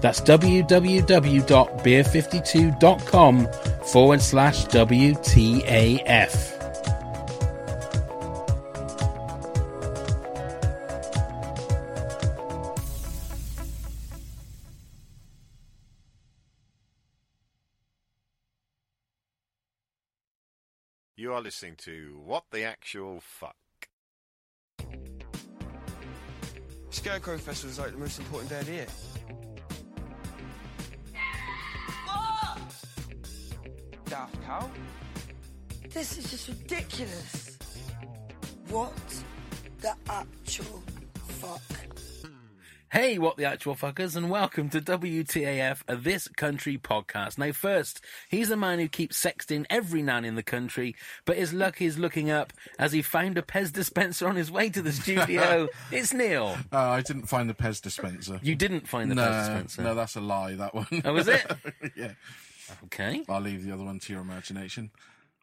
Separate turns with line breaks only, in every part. That's www.beer52.com forward slash WTAF.
You are listening to What the Actual Fuck.
Scarecrow Festival is like the most important day of the year. Daft cow?
This is just ridiculous. What the actual fuck?
Hey, what the actual fuckers, and welcome to WTAF, a uh, This Country podcast. Now, first, he's a man who keeps sexting every nan in the country, but his luck is looking up as he found a Pez dispenser on his way to the studio. it's Neil.
Uh, I didn't find the Pez dispenser.
You didn't find the
no,
Pez dispenser.
no, that's a lie. That one.
Oh, is it?
yeah,
okay.
I'll leave the other one to your imagination.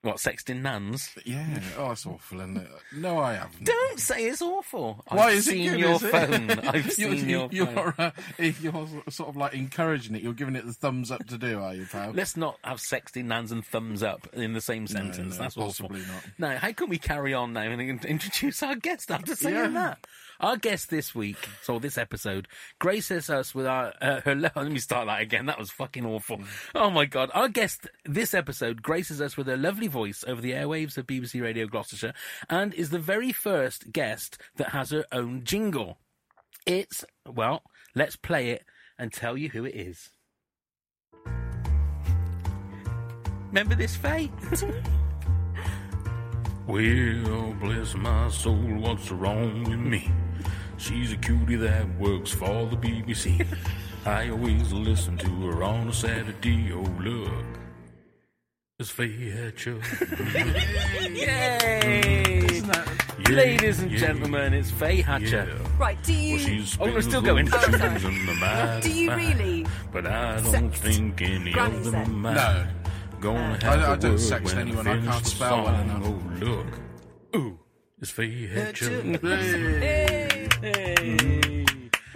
What, sexting nans?
Yeah. Oh, that's awful, isn't it? No, I haven't.
Don't say it's awful.
Why
I've
is
seen
it good,
your
is it?
phone. I've
You're-
seen your
you're,
phone.
uh, if you're sort of like encouraging it, you're giving it the thumbs up to do, are you, pal?
Let's not have sexting nans and thumbs up in the same sentence.
no,
That's awful.
possibly not.
No, how can we carry on now and in- introduce our guest after saying
Yeah.
that? Our guest this week, so this episode, graces us with our uh, her. Lo- Let me start that again. That was fucking awful. Oh my god! Our guest this episode graces us with her lovely voice over the airwaves of BBC Radio Gloucestershire, and is the very first guest that has her own jingle. It's well, let's play it and tell you who it is. Remember this, Faye? well, bless my soul, what's wrong with me? She's a cutie that works for the BBC. I always listen to her on a Saturday. Oh, look. It's Faye Hatcher. Yay! Ladies and gentlemen, it's Faye Hatcher.
Right, do you
Oh, we're still going.
do you really?
But I
don't Sex.
think any
Granny Uh, of them said.
mind.
No.
Gonna
have I- I to don't work sex when I anyone. I finish can't the spell well song. enough.
Oh, look. Ooh, it's Faye
uh,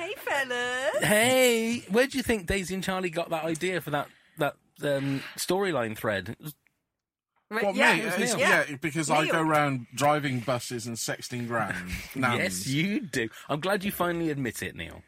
Hey, hey fellas.
Hey, where do you think Daisy and Charlie got that idea for that that um, storyline thread? It was-
Well,
yeah,
me, Uh,
it was
it's-
Neil.
yeah, because I
Neil.
go around driving buses and sexting grand.
Yes, you do. I'm glad you finally admit it, Neil.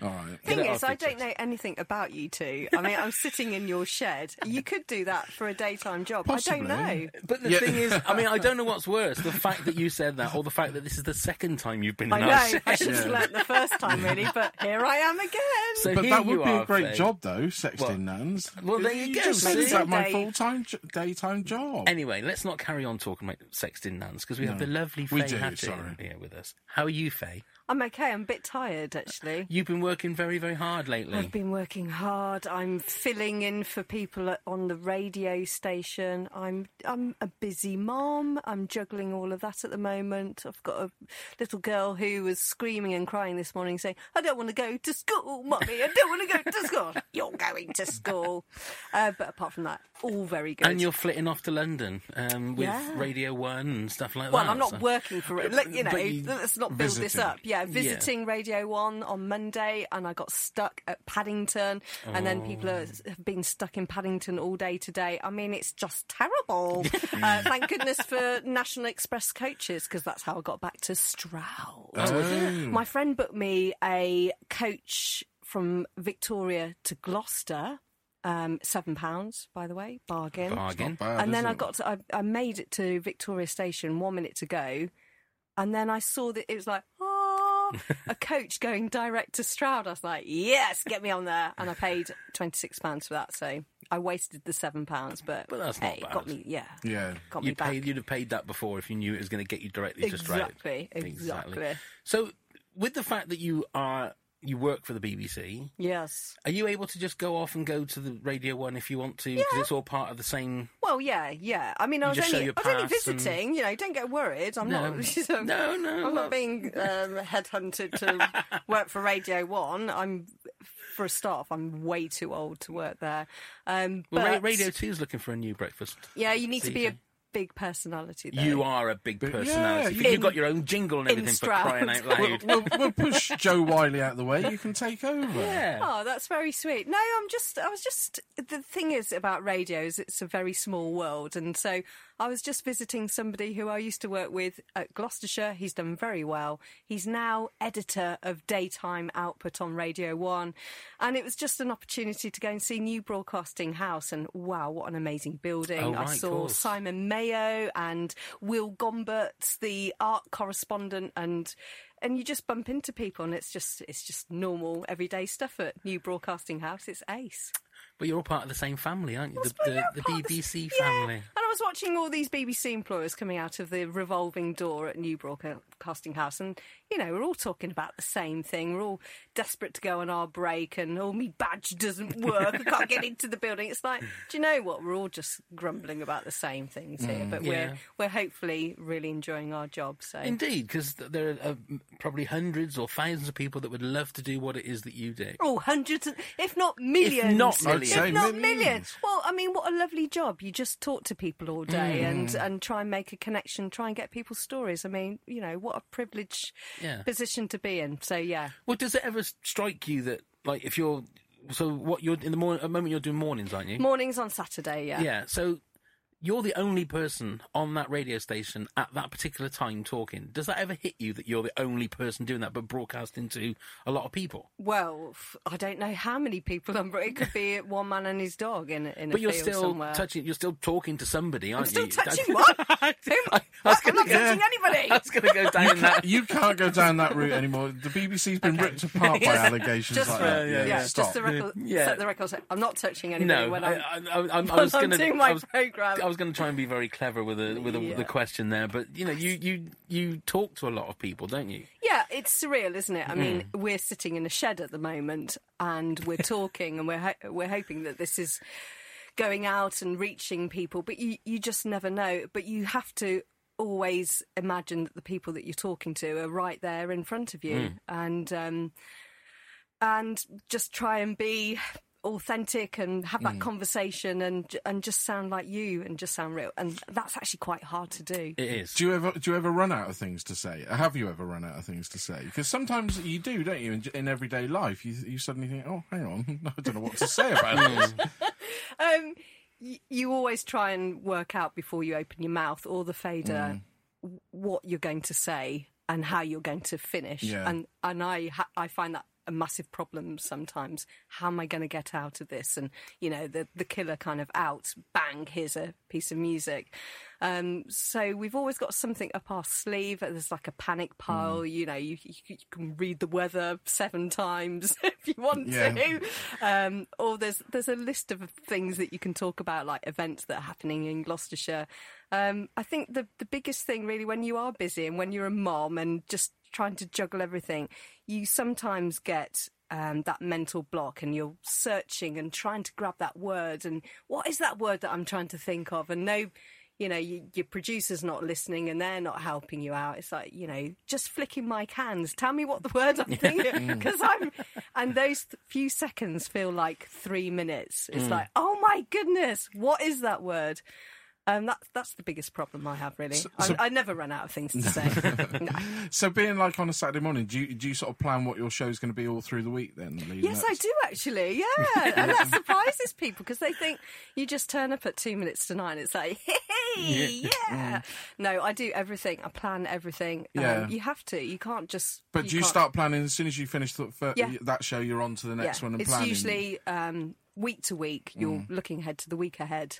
All right.
Thing
Get it
is, I
architect.
don't know anything about you two. I mean, I'm sitting in your shed. You could do that for a daytime job. I don't
Possibly.
know.
But the
Yeah.
thing is, I mean, I don't know what's worse: the fact that you said that, or the fact that this is the second time you've been
I
in our
know.
shed.
I should have learnt the first time, really. But here I am again.
So
But
here
that
you
would be
are,
a great
Faye.
job, though, sexting
Well-
nuns.
well, there you go,
just
see?
made that my
Someday.
full-time j- daytime job.
Anyway, let's not carry on talking about sexting nuns because we have the lovely Faye
We do,
Hatcher
sorry.
here with us. How are you, Faye?
I'm okay. I'm a bit tired, actually.
You've been working very, very hard lately.
I've been working hard. I'm filling in for people at- on the radio station. I'm I'm a busy mom. I'm juggling all of that at the moment. I've got a little girl who was screaming and crying this morning, saying, "I don't want to go to school, mummy. I don't want to go to school." You're going to school. Uh, but apart from that, all very good.
And you're flitting off to London um, with
Yeah.
Radio One and stuff like
well,
that.
I'm not
so-
working for it. Look, you know,
But you-
let's not build this
visiting.
up. Yeah, visiting Radio One on Monday, and I got stuck at Paddington, and then people are, have been stuck in Paddington all day today. I mean, it's just terrible. uh, thank goodness for National Express coaches because that's how I got back to Stroud. My friend booked me a coach from Victoria to Gloucester. Um, seven pounds, by the way, bargain.
Bargain.
Bad,
and then
isn't
I
it?
got to, I, I made it to Victoria Station one minute to go, and then I saw that it was like ah, a coach going direct to Stroud. I was like, yes, get me on there, and I paid twenty six pounds for that. So I wasted the seven pounds, but
But that's not
hey,
bad.
got me, yeah,
Yeah.
got me
You
back.
paid, you'd have paid that before if you knew it was going to get you directly
Exactly,
to Stroud.
exactly.
So, with the fact that you are you work for the BBC,
Yes.
are you able to just go off and go to the Radio One if you want to? Because it's all part of the same.
Well, yeah, yeah. I mean, I was
just show
only,
your
I was only
pass and-
visiting. You know, don't get worried. I'm
No.
not. so I'm-
No, no,
I'm
no.
not being um, headhunted to work for Radio One. I'm, for a start, I'm way too old to work there. Um,
Well,
but
Ra- Radio Two's looking for a new breakfast.
Yeah, you need to be a
season.
big personality. Though.
You are a big personality.
you-
but you've
In-
got your own jingle and
in
everything for
Stroud.
crying out
We'll,
loud.
we'll, we'll push Joe Wiley out of the way. You can take over.
yeah.
Oh, that's very sweet. No, I'm just, I was just, the thing is about radio is it's a very small world. And so I was just visiting somebody who I used to work with at Gloucestershire. He's done very well. He's now editor of daytime output on Radio 1. And it was just an opportunity to go and see New Broadcasting House. And wow, what an amazing building.
Oh,
I
right,
saw
course.
Simon Mayo and Will Gomberts, the art correspondent, and and you just bump into people, and it's just it's just normal everyday stuff at New Broadcasting House. It's ace.
But you're all part of the same family, aren't you? The,
But
the,
you're
the
part of
BBC
yeah.
family.
And I was watching all these BBC employers coming out of the revolving door at New Broadcasting House, and you know we're all talking about the same thing. We're all desperate to go on our break, and oh, my badge doesn't work. I can't get into the building. It's like, do you know what? We're all just grumbling about the same things here, but
Mm, yeah.
we're we're hopefully really enjoying our job. So
Indeed, because there are uh, probably hundreds or thousands of people that would love to do what it is that you do.
Oh, hundreds, of- if not millions.
not
If
millions.
I'd say
not
millions.
millions. Well, I mean, what a lovely job. You just talk to people all day
Mm.
and, and try and make a connection, try and get people's stories. I mean, you know, what a privileged
Yeah.
position to be in. So, yeah.
Well, does it ever strike you that, like, if you're so what you're in the morning, at the moment you're doing mornings, aren't you?
Mornings on Saturday, yeah.
yeah. So you're the only person on that radio station at that particular time talking. Does that ever hit you that you're the only person doing that, but broadcasting to a lot of people?
Well, f- I don't know how many people, I'm, it could be one man and his dog in, a- in a
But you're
field
still
somewhere.
touching. You're still talking to somebody, aren't
still
you?
touching what?
I,
Who-
I was
I'm
gonna
not
go-
touching anybody.
I was going to go down that.
You can't go down that route anymore. The BBC's been ripped apart by allegations
Just
like
for,
that.
yeah,
stop.
just the record,
Yeah.
set the record. straight. I'm not touching anybody
No,
when
I,
I'm,
I, I, I'm, I
when
was
I'm
going
doing my
I was,
programme.
I was going to try and be very clever with a with a,
Yeah.
the question there, but you know, you you you talk to a lot of people, don't you?
Yeah, it's surreal, isn't it? I mean, we're sitting in a shed at the moment and we're talking and we're ho- we're hoping that this is going out and reaching people, but you you just never know. But you have to always imagine that the people that you're talking to are right there in front of you and um and just try and be authentic and have that conversation and and just sound like you and just sound real and that's actually quite hard to do.
It is.
Do you ever do you ever run out of things to say? Have you ever run out of things to say? Because sometimes you do, don't you? In, in everyday life, you you suddenly think, oh, hang on, I don't know what to say about this.
um, y- you always try and work out before you open your mouth or the fader w- what you're going to say and how you're going to finish.
Yeah.
And and I ha- I find that a massive problem sometimes. How am I going to get out of this? And you know the the killer kind of out bang. Here's a piece of music. Um, so we've always got something up our sleeve. There's like a panic pile. You know you, you you can read the weather seven times if you want
Yeah.
to um, or there's there's a list of things that you can talk about, like events that are happening in Gloucestershire. Um, I think the the biggest thing really when you are busy and when you're a mom and just trying to juggle everything, you sometimes get. Um, that mental block, and you're searching and trying to grab that word, and what is that word that I'm trying to think of? And no, you know, you, your producer's not listening and they're not helping you out. It's like, you know, just flicking my cans. Tell me what the word I'm thinking. Because I'm, and those th- few seconds feel like three minutes. It's like, oh my goodness, what is that word? Um, that, that's the biggest problem I have, really. I, I never run out of things to say. No.
So, being like on a Saturday morning, do you do you sort of plan what your show's going to be all through the week? Then, leading
Yes,
up
I
to-
do actually. Yeah, and that surprises people because they think you just turn up at two minutes to nine. It's like, hey, yeah. No, I do everything. I plan everything.
Yeah.
Um, you have to. You can't just.
But do you
can't-
start planning as soon as you finish the, fir-
Yeah.
that show? You're on to the next
yeah.
one and
it's
planning. Mm.
usually um, week to week, you're looking ahead to the week ahead,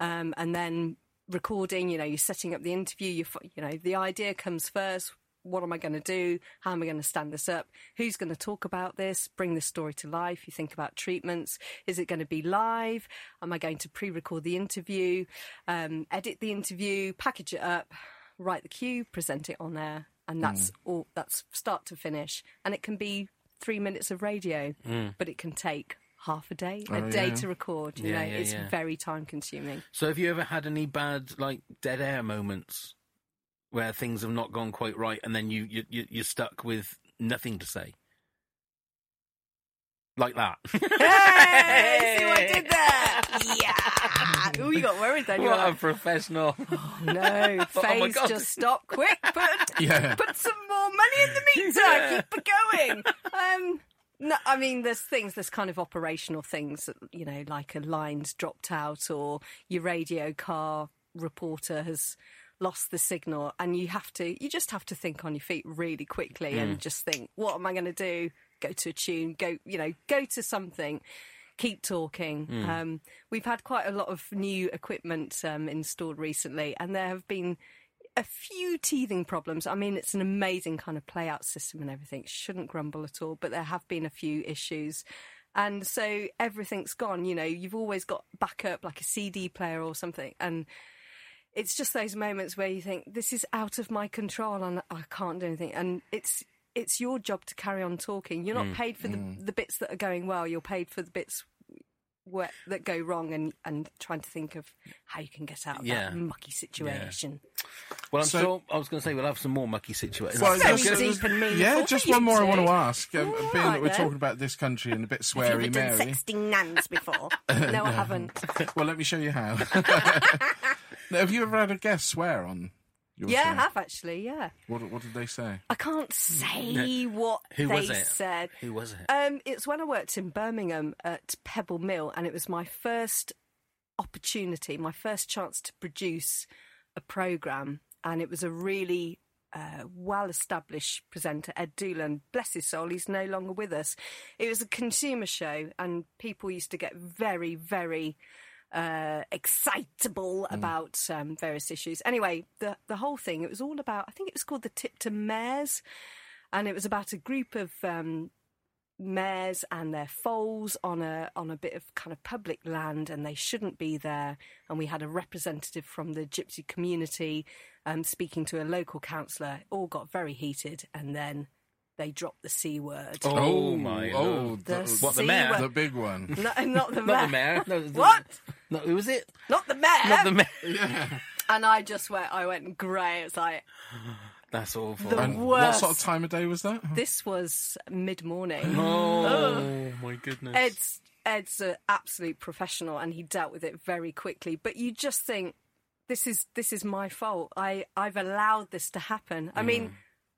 um, and then recording. You know, you're setting up the interview. You f- you know, the idea comes first. What am I going to do? How am I going to stand this up? Who's going to talk about this? Bring this story to life. You think about treatments. Is it going to be live? Am I going to pre record the interview, um, edit the interview, package it up, write the cue, present it on air? And that's
Mm.
all, that's start to finish. And it can be three minutes of radio, but it can take half a day, a
Oh,
day
yeah.
to record. You
Mm. Yeah,
know,
yeah,
it's
yeah.
very time consuming.
So have you ever had any bad like dead air moments where things have not gone quite right, and then you, you, you you're stuck with nothing to say? Like that.
Hey, see what I did there? Yeah. Oh, you got worried then. you were
What a
like,
professional.
"Oh, no,
Oh, my
phase
God.
just stop quick. Put,
Yeah.
put some more money in the meter.
Yeah.
Keep it going. Um, no, I mean, there's things, there's kind of operational things, that, you know, like a line's dropped out or your radio car reporter has lost the signal and you have to, you just have to think on your feet really quickly and just think, what am I going to do? Go to a tune, go, you know, go to something. Keep talking. Um, we've had quite a lot of new equipment um, installed recently, and there have been a few teething problems. I mean, it's an amazing kind of play out system and everything. Shouldn't grumble at all, but there have been a few issues. And so everything's gone. You know, you've always got backup, like a CD player or something. And it's just those moments where you think, this is out of my control and I can't do anything. And it's. It's your job to carry on talking. You're not paid for the, the bits that are going well. You're paid for the bits where, that go wrong, and, and trying to think of how you can get out of
Yeah.
that mucky situation.
Well, I'm
So-
sure I was going to say we'll have some more mucky situations.
Well,
very
just-
deep and meaningful
yeah,
for
just
you
one more I want
two.
to ask. Um,
All
being
right
that we're
then.
talking about this country and a bit
Have
sweary,
you ever
Mary.
done sexting nuns before? no, I haven't.
Well, let me show you how. Now, have you ever had a guest swear on your
Yeah,
show?
I have actually. Yeah,
What, what did they say?
I can't say what
Who
they
was it?
said.
Who was it?
Um, it's when I worked in Birmingham at Pebble Mill, and it was my first opportunity, my first chance to produce a program, and it was a really uh, well-established presenter, Ed Doolan. Bless his soul, he's no longer with us. It was a consumer show, and people used to get very, very uh, excitable
Mm.
about um, various issues. Anyway, the the whole thing it was all about. I think it was called the Tipton Mares, and it was about a group of um, mares and their foals on a on a bit of kind of public land, and they shouldn't be there. And we had a representative from the gypsy community um, speaking to a local councillor. It All got very heated, and then they dropped the c word.
Oh, my!
Oh,
lord.
the,
The
What, the
C
mayor?
word.
the big one.
No, not the
not the mayor.
mayor.
No, the-
What?
No, who was it?
Not the mayor.
Not the mayor.
And I just went, I went grey. It's like
That's awful.
The-
And what
worst.
sort of time of day was that?
this was mid morning.
oh my goodness!
Ed's Ed's an absolute professional, and he dealt with it very quickly. But you just think this is this is my fault. I I've allowed this to happen. I
Mm.
mean,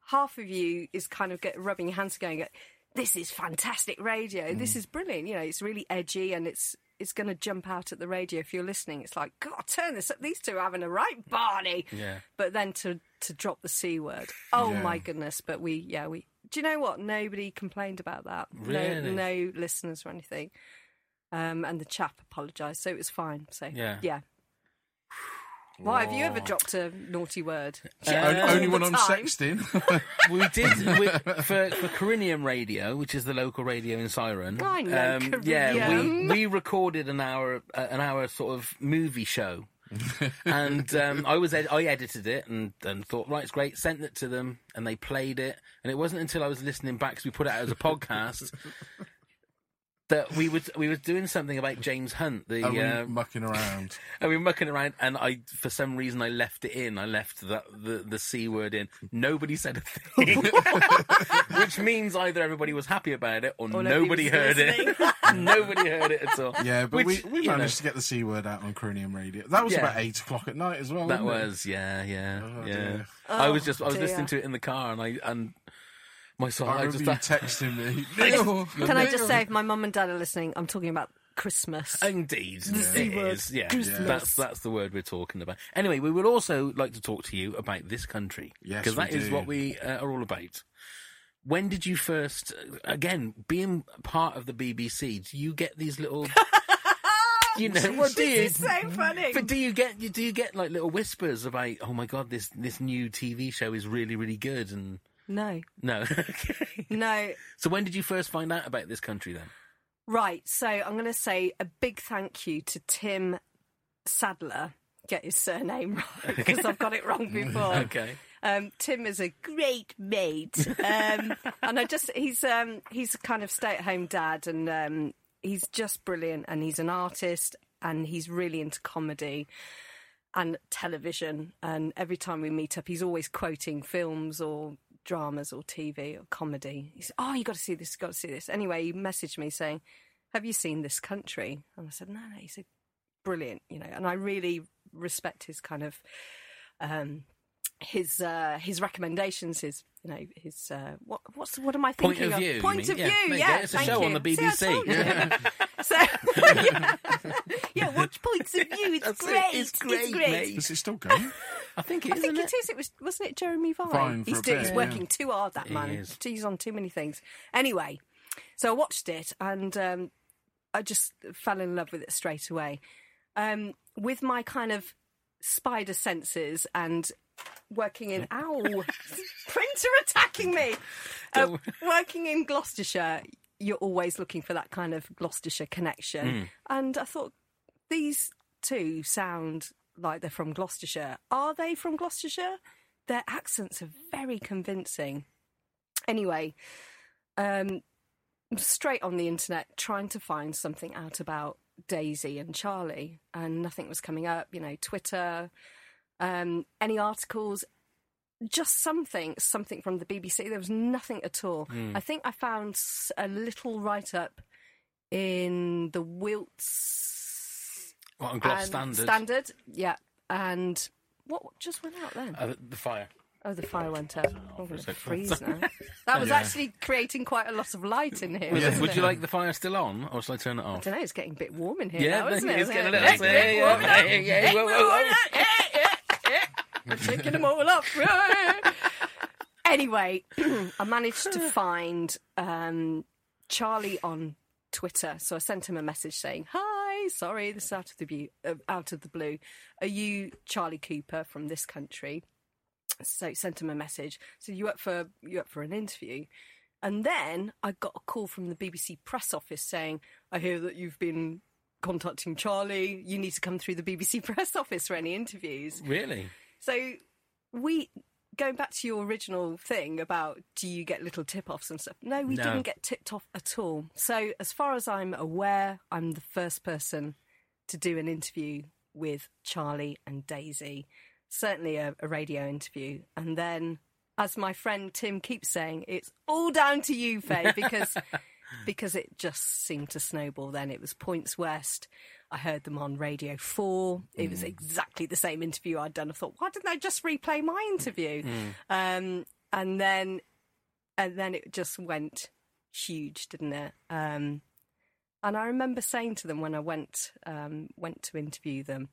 half of you is kind of get, rubbing your hands together, going, "This is fantastic radio.
Mm.
This is brilliant. You know, it's really edgy and it's." It's going to jump out at the radio if you're listening. It's like, God, turn this up. These two are having a right Barney.
Yeah.
But then to to drop the c word. Oh
Yeah.
my goodness! But we, yeah, we. Do you know what? Nobody complained about that.
Really?
No, no listeners or anything. Um, and the chap apologised, so it was fine. So
Yeah.
yeah. Why have you ever dropped a naughty word?
Yeah.
only only
All
when
the
I'm
time.
sexting.
we did we, for for Carinium Radio, which is the local radio in Siren. um,
I know
yeah, we
Carinium.
we recorded an hour uh, an hour sort of movie show, and um, I was ed- I edited it and and thought right it's great. Sent it to them and they played it, and it wasn't until I was listening back because we put it out as a podcast. That we was we was doing something about James Hunt, the
Are we
uh,
mucking around?
and we were mucking around, and I, for some reason, I left it in. I left the the, the c word in. Nobody said a thing, which means either everybody was happy about it or,
nobody
nobody
was
heard
listening.
it. nobody heard it at all.
Yeah, but
Which,
we, we
you know,
managed to get the C word out on Cranium Radio. That was
Yeah.
about 8 o'clock at night as well.
that
wasn't it?
was yeah, yeah,
Oh,
yeah.
dear.
I was just I was
dear.
listening to it in the car, and I and my soul.
I
I,
remember
just
you
that,
texting me. Neil,
Can I
Neil.
just say, if my mum and dad are listening, I'm talking about Christmas.
Indeed, it
C-word.
is. Yeah,
Christmas.
that's that's the word we're talking about. Anyway, we would also like to talk to you about this country
Yes,
because
we
that is
do.
what we uh, are all about. when did you first, uh, again, being part of the BBC, do you get these little, you know, what do you?
It's so funny.
But do you get do you get like little whispers about oh my god this this new TV show is really really good and
No,
no okay
no.
so when did you first find out about this country then
Right. So I'm going to say a big thank you to Tim Sadler. Get his surname right because I've got it wrong before.
okay
Um, Tim is a great mate, um, and I just he's um, he's a kind of stay-at-home dad, and um, he's just brilliant, and he's an artist, and he's really into comedy and television. And every time we meet up, he's always quoting films or dramas or TV or comedy. He's oh, you got to see this, you got to see this. Anyway, he messaged me saying, "Have you seen this country?" And I said, "No, no." He said, "Brilliant," you know, and I really respect his kind of. Um, his uh, his recommendations, his you know his uh, what what's what am I
Point
thinking
of view, you
Point
mean?
of
Yeah.
view,
There you go.
yeah.
It's a
thank
show on
you.
the
See, I
BBC.
told you.
Yeah.
so yeah. yeah, watch points of view. It's
That's it.
great.
It's great, mate.
Is it still going?
I think it
I
is
think
isn't
it is. It was wasn't it Jeremy Vine?
Vine for
he's,
a
do-
bit,
he's
yeah.
working too hard. That
He
man.
is.
He's on too many things. Anyway, so I watched it and um, I just fell in love with it straight away. Um, with my kind of spider senses and working in ow printer attacking me. Uh, working in Gloucestershire, you're always looking for that kind of Gloucestershire connection, and I thought these two sound like they're from Gloucestershire. Are they from Gloucestershire? Their accents are very convincing. Anyway, um, straight on the internet trying to find something out about Daisy and Charlie, and nothing was coming up. You know, Twitter, um, any articles, just something, something from the BBC. There was nothing at all.
Hmm.
I think I found s- a little write up in the Wilts
What, on Gloss
and
Standard
Standard, yeah. And what just went out then?
Uh, the fire
Oh, the fire went out. I'm going to
sec.
freeze now. That was actually creating quite a lot of light in here. wasn't
would
it?
you like the fire still on or shall I turn it
I
off
don't know. It's getting a bit warm in here.
Yeah,
now, isn't it?
it's
Isn't
getting a
it?
little-
Yeah,
yeah, yeah,
yeah, warm it up.
yeah, yeah,
Yeah,
whoa,
warm
whoa,
it up. Yeah, yeah, yeah. I'm shaking them all up. anyway, I managed to find um, Charlie on Twitter, so I sent him a message saying, "Hi, sorry, this is out of the bu- uh, out of the blue. Are you Charlie Cooper from this country?" So sent him a message. So you up for you up for an interview? And then I got a call from the BBC press office saying, I hear that you've been contacting Charlie. You need to come through the BBC press office for any interviews.
really
So we going back to your original thing about do you get little tip offs and stuff? No, we
No.
didn't get tipped off at all. So as far as I'm aware, I'm the first person to do an interview with Charlie and Daisy. Certainly a, a radio interview. And then as my friend Tim keeps saying, it's all down to you, Faye, because because it just seemed to snowball then. It was Points West. I heard them on Radio 4. It was exactly the same interview I'd done. I thought, why didn't I just replay my interview? Um, and then and then it just went huge, didn't it? Um, and I remember saying to them when I went um, went to interview them,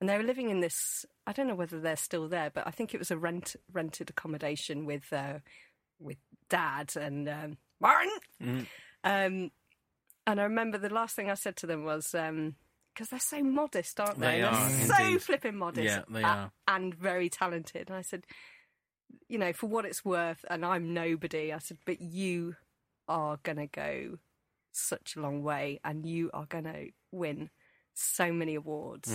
and they were living in this. I don't know whether they're still there, but I think it was a rent rented accommodation with uh, with Dad and um, Martin.
Mm-hmm.
Um, and I remember the last thing I said to them was. Um, because they're so modest, aren't they?
They are,
are so
indeed.
flipping modest.
Yeah, they
a-
are.
And very talented. And I said, you know, for what it's worth, and I'm nobody. I said, but you are going to go such a long way and you are going to win so many awards.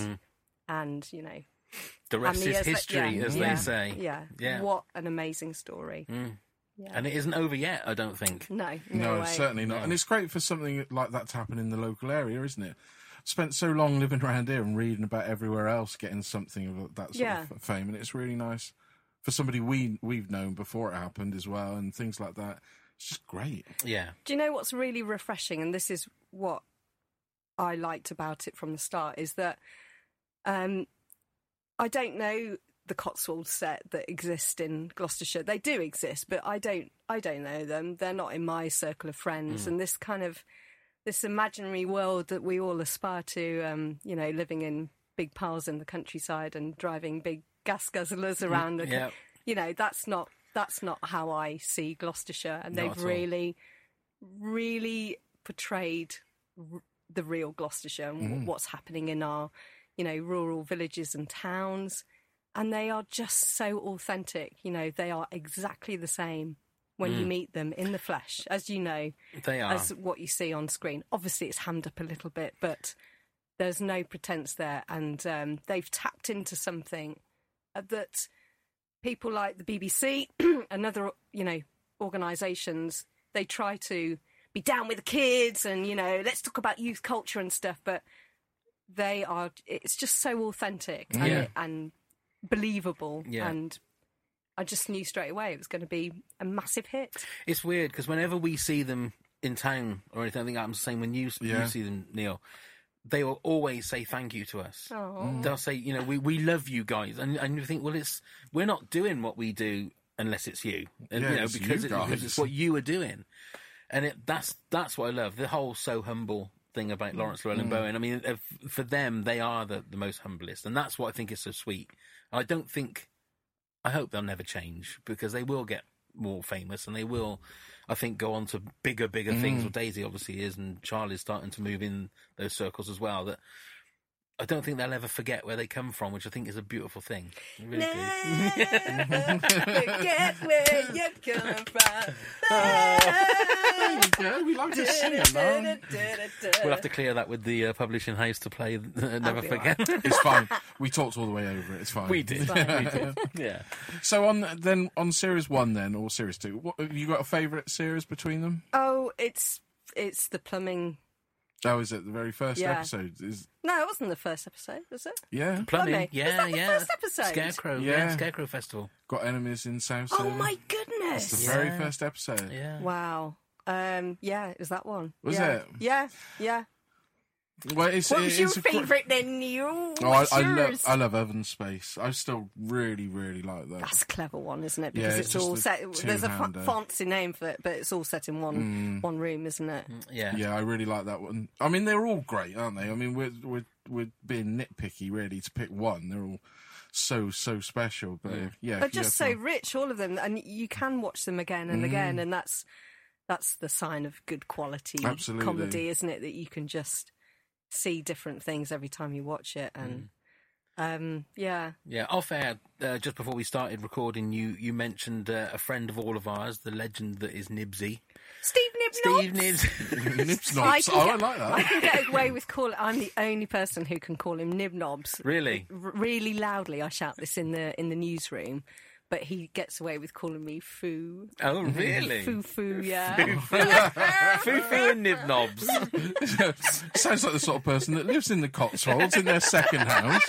And, you know,
Mm. the rest
and the
is
years that-
history
yeah,
as
yeah,
they say
Yeah.
yeah Mm.
What an amazing story.
and it isn't over yet I don't think
No, no,
No,
way.
certainly not. And it's great for something like that to happen in the local area, isn't it? Spent so long living around here and reading about everywhere else, getting something of that sort
Yeah.
of fame, and it's really nice for somebody we we've known before it happened as well, and things like that. It's just great.
yeah
Do you know what's really refreshing? And this is what I liked about it from the start is that um, I don't know the Cotswold set that exist in Gloucestershire. They do exist, but I don't. I don't know them. They're not in my circle of friends. And this kind of this imaginary world that we all aspire to. Um, you know, living in big piles in the countryside and driving big gas guzzlers around. the
yeah.
You know, that's not that's not how I see Gloucestershire, and
Not at
they've
all.
really, really portrayed r- the real Gloucestershire and
Mm.
w- what's happening in our, you know, rural villages and towns, and they are just so authentic. You know, they are exactly the same when
Mm.
you meet them in the flesh, as you know,
They are.
as what you see on screen. Obviously, it's hammed up a little bit, but there's no pretense there, and um, they've tapped into something uh, that people like the BBC and other, you know, organisations they try to be down with the kids and you know let's talk about youth culture and stuff, but they are it's just so authentic
Yeah.
and, and believable
Yeah.
and. I just knew straight away it was going to be a massive hit.
It's weird because whenever we see them in town or anything, I think I'm the same when you,
Yeah.
you see them, Neil. They will always say thank you to us.
Aw.
Mm.
They'll say, you know, we, we love you guys, and and you think, well, it's we're not doing what we do unless it's you, and,
Yeah,
you know,
it's you
because, it, because
guys.
it's what you are doing, and it, that's that's what I love. The whole so humble thing about
Mm.
Lawrence Llewellyn Bowen. I mean, if, for them, they are the the most humblest, and that's what I think is so sweet. I don't think I hope they'll never change because they will get more famous and they will, I think, go on to bigger, bigger things. Well, Daisy obviously is, and Charlie's starting to move in those circles as well. That I don't think they'll ever forget where they come from, which I think is a beautiful thing. I really do.
Never forget where you come from.
Yeah, we like to see it, man.
We'll have to clear that with the uh, publishing house to play. Never
be
forget.
It's fine. We talked all the way over it. It's fine.
we did.
Fine.
we did. Yeah.
So on then on series one then or series two, what have you got a favourite series between them?
Oh, it's it's the plumbing.
Oh, is it the very first
Yeah.
episode? Is
No, it wasn't the first episode, was it?
yeah.
Plumbing.
Was
Yeah,
that the
yeah.
first episode?
Scarecrow. Yeah.
Yeah.
Scarecrow Festival.
Got enemies in South.
Oh
Surrey.
my
It's the
goodness!
very
Yeah.
first episode.
Yeah.
Wow. Um, yeah, it was that one.
Was
yeah.
it?
Yeah, yeah.
Well, it's,
What
it-
was your
it's a gr-
favourite then, Neil?
Oh, I,
What's
I love
yours?
I love Oven Space. I still really really like that.
That's a clever one, isn't it?
Yeah,
Because
it's
it's,
just
all
a
set. There's a fa-
two-hander. Mm.
fancy name for it, but it's all set in one one room, isn't it?
Yeah.
yeah, I really like that one. I mean, they're all great, aren't they? I mean, we're we're we're being nitpicky really to pick one. They're all so so special, but yeah, yeah
They're
if you
just so
have to-
rich, all of them, and you can watch them again and again,
Mm.
and that's that's the sign of good quality
Absolutely.
comedy, isn't it? That you can just see different things every time you watch it, and
Mm.
um, yeah,
Yeah, off air, uh, just before we started recording, you you mentioned uh, a friend of all of ours, the legend that is Nibsy.
Steve Nibnall.
Steve Nibs.
Nips
I
knots. Oh,
can
I
get-
like
I
that.
can get away with calling. I'm the only person who can call him Nibnobs.
really?
R- really loudly, I shout this in the in the newsroom, but he gets away with calling me foo,
Oh, really?
foo
Foo
foo. Yeah,
Foo and Nib Knobs.
Sounds like the sort of person that lives in the Cotswolds in their second house.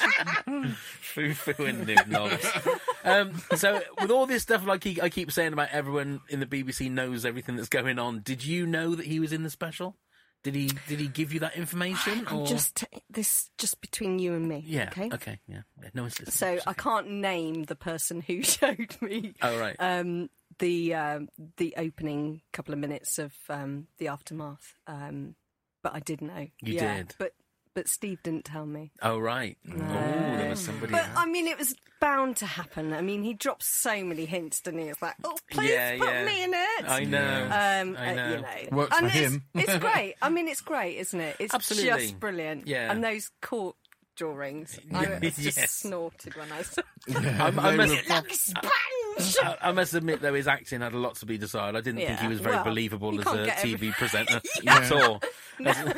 Foo Foo and Nib Knobs. Um, so, with all this stuff, like he, I keep saying about everyone in the BBC knows everything that's going on, did you know that he was in the special? Did he Did he give you that information?
I'm
or-
just t- this just between you and me.
Yeah.
Okay.
Okay. Yeah. yeah. No one's listening.
So
It's
I
okay.
can't name the person who showed me
Oh, right.
um, the um, the opening couple of minutes of um, the aftermath, um, but I did know.
You
Yeah,
did.
but but Steve didn't tell me.
oh, right. Oh, there was somebody.
But I mean, it was bound to happen. I mean, he drops so many hints, didn't he? It's like, oh, please
Yeah,
put
yeah.
me in it.
I know.
Um,
I
uh,
know.
you know.
Works
and
for
it's,
him.
it's great. I mean, it's great, isn't it? It's
Absolutely.
just brilliant.
Yeah.
And those court drawings, I was just
Yes.
snorted when I saw.
I'm- I
They
must-
were-
Like a sponge.
I, I must admit, though, his acting had a lot to be desired. I didn't think he
Yeah,
was very
well,
believable
you
as
can't
a
get
TV
every-
presenter
Yeah.
at all.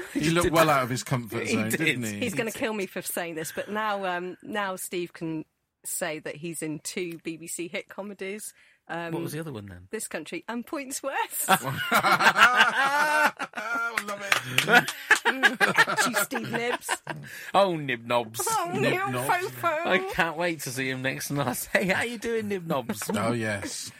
he looked well out of his comfort
He
zone,
did.
did. not he?
He's going to kill me for saying this, but now, um, now Steve can say that he's in two BBC hit comedies.
what was the other one then?
This country and Points West.
I love it.
At you, Steve Nibs.
Oh, Nib Knobs.
Oh, Neil
Nibnobs.
I
Fofo.
can't wait to see him next, and I'll say, "How you doing, Nib Knobs?"
Oh yes,